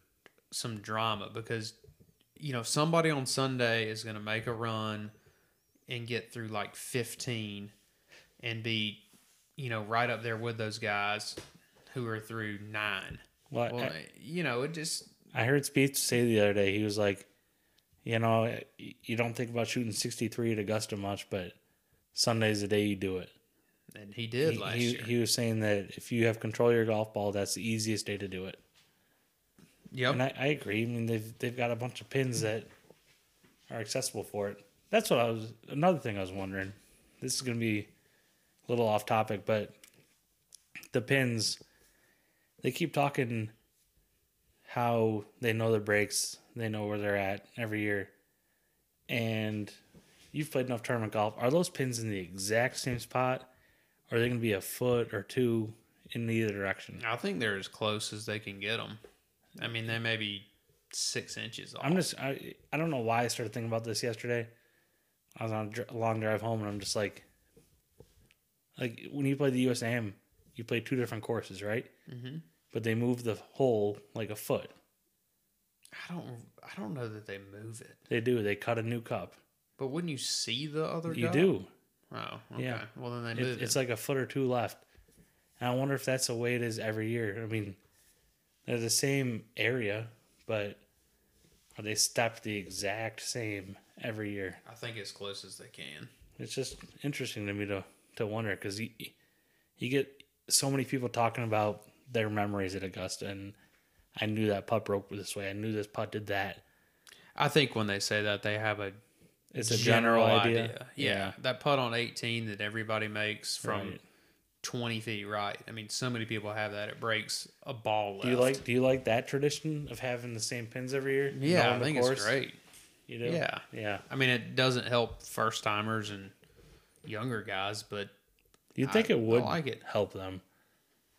some drama because you know somebody on Sunday is going to make a run and get through like 15 and be you know right up there with those guys who are through 9. well, Well, I, you know, it just I heard Speech say the other day he was like, you know, y- you don't think about shooting sixty three at Augusta much, but Sunday's the day you do it. and he did He, last he, year. he was saying that if you have control of your golf ball, that's the easiest day to do it. yep. And I, I agree. I mean, they've they've got a bunch of pins that are accessible for it. That's what I was. Another thing I was wondering. This is gonna be a little off topic, but the pins. They keep talking how they know their breaks, they know where they're at every year, and you've played enough tournament golf. Are those pins in the exact same spot, or are they gonna be a foot or two in either direction? I think they're as close as they can get them. I mean, they may be six inches off. I'm just I I don't know why I started thinking about this yesterday. I was on a dr- long drive home and I'm just like, like when you play the USAM, you play two different courses, right? Mhm. But they move the hole like a foot. I don't I don't know that they move it. They do. They cut a new cup. But wouldn't you see the other You guy? do. Oh, okay. Yeah. Well, then they It, move it. it's like a foot or two left. And I wonder if that's the way it is every year. I mean, they're the same area, but are they stepped the exact same every year? I think as close as they can. It's just interesting to me to, to wonder because you, you get so many people talking about their memories at Augusta. And I knew that putt broke this way. I knew this putt did that. I think when they say that, they have a It's a general, idea. Yeah. That putt on 18 that everybody makes from Right. 20 feet right. I mean, so many people have that. It breaks a ball left. Do you like do you like that tradition of having the same pins every year? Yeah, Knowing I the think course? it's great. You do? Yeah. Yeah. I mean, it doesn't help first timers and younger guys, but You'd think I- it would I like it. help them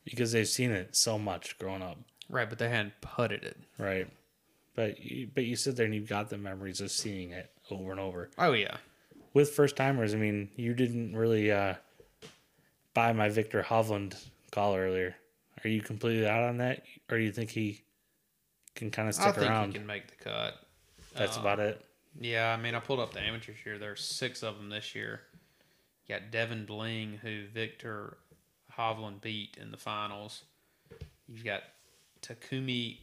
because they've seen it so much growing up, right, but they hadn't putted it. right? But you, but you sit there and you've got the memories of seeing it over and over Oh yeah, with first timers. I mean, you didn't really uh, buy my Victor Hovland call earlier. Are you completely out on that, or do you think he can kind of I stick think around? he can uh, make the cut. That's about it. Yeah, I mean, I pulled up the amateurs here. There are six of them this year. You got Devin Bling, who Victor Hovland beat in the finals. You've got Takumi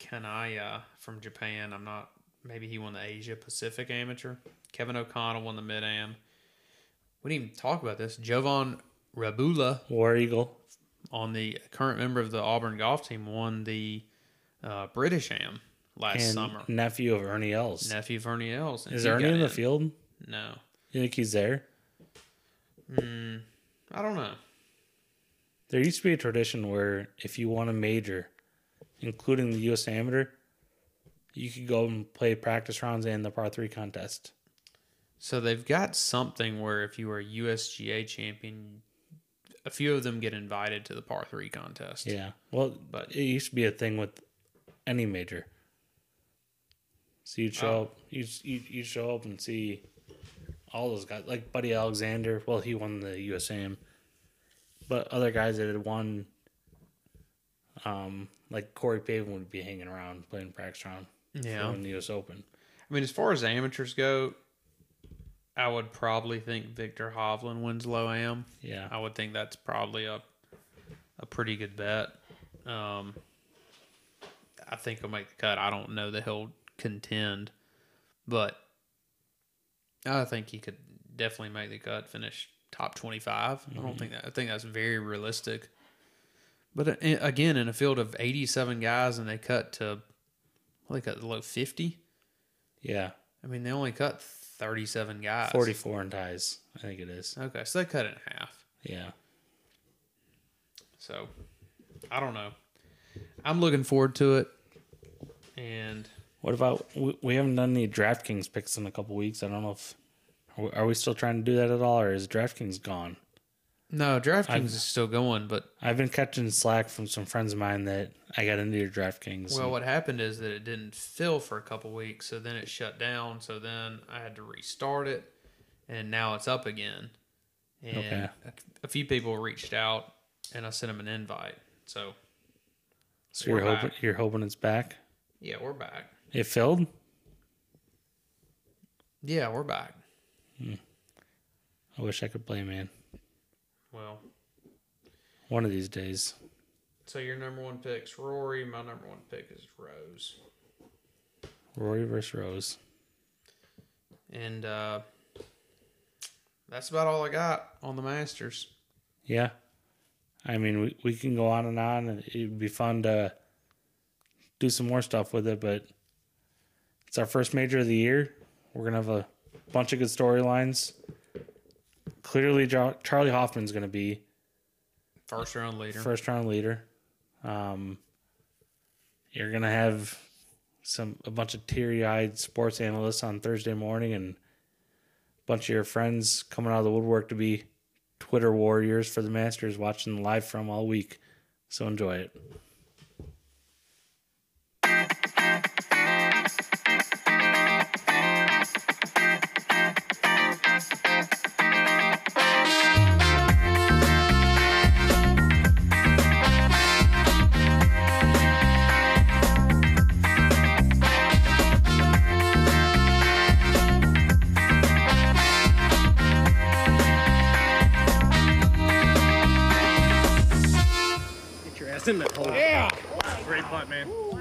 Kanaya from Japan. I'm not. Maybe he won the Asia Pacific Amateur. Kevin O'Connell won the Mid Am. We didn't even talk about this. Jovan Rabula War Eagle. on the current member of the Auburn golf team won the uh, British Am last and summer. nephew of Ernie Els. Nephew of Ernie Els. and Is he Ernie got in the in. field? You No, Hmm. think he's there? I don't know. There used to be a tradition where if you won a major, including the U.S. Amateur, you could go and play practice rounds and the par three contest. So they've got something where if you are a USGA champion, a few of them get invited to the par three contest. Yeah. Well, But- but it used to be a thing with any major. So you'd show Oh. up, you you you show up and see all those guys like Buddy Alexander. Well, he won the USAM, but other guys that had won, um, like Corey Pavin would be hanging around playing practice round. Yeah. in the U.S. Open. I mean, as far as amateurs go, I would probably think Victor Hovland wins low am. Yeah. I would think that's probably a a pretty good bet. Um, I think he'll make the cut. I don't know that he'll contend, but I think he could definitely make the cut. Finish top 25 I don't think that. I think that's very realistic. But uh, a- again, in a field of eighty-seven guys, and they cut to well, they cut low fifty. Yeah. I mean, they only cut thirty-seven guys. 44 in ties, I think it is. Okay, so they cut it in half. Yeah. So I don't know. I'm looking forward to it. And What about we, we haven't done any DraftKings picks in a couple weeks. I don't know if are we- are we still trying to do that at all, or is DraftKings gone? no, DraftKings is still going, but I've been catching slack from some friends of mine that I got into your DraftKings. well, what happened is that it didn't fill for a couple weeks, so then it shut down. So then I had to restart it, and now it's up again. And Okay. a, a few people reached out, and I sent them an invite. So so you're we're hoping back. you're hoping it's back. yeah, we're back. It filled. Yeah, we're back. I wish I could play, man. Well, One of these days. so your number one pick's Rory. My number one pick is Rose. Rory versus Rose. And uh, that's about all I got on the Masters. Yeah. I mean, we, we can go on and on. and It'd be fun to do some more stuff with it, but it's our first major of the year. We're going to have a bunch of good storylines. Clearly, Jo- Charlie Hoffman's going to be First round leader. first round leader. Um, you're going to have some a bunch of teary eyed sports analysts on Thursday morning and a bunch of your friends coming out of the woodwork to be Twitter warriors for the Masters watching live from all week. So enjoy it. putt, man.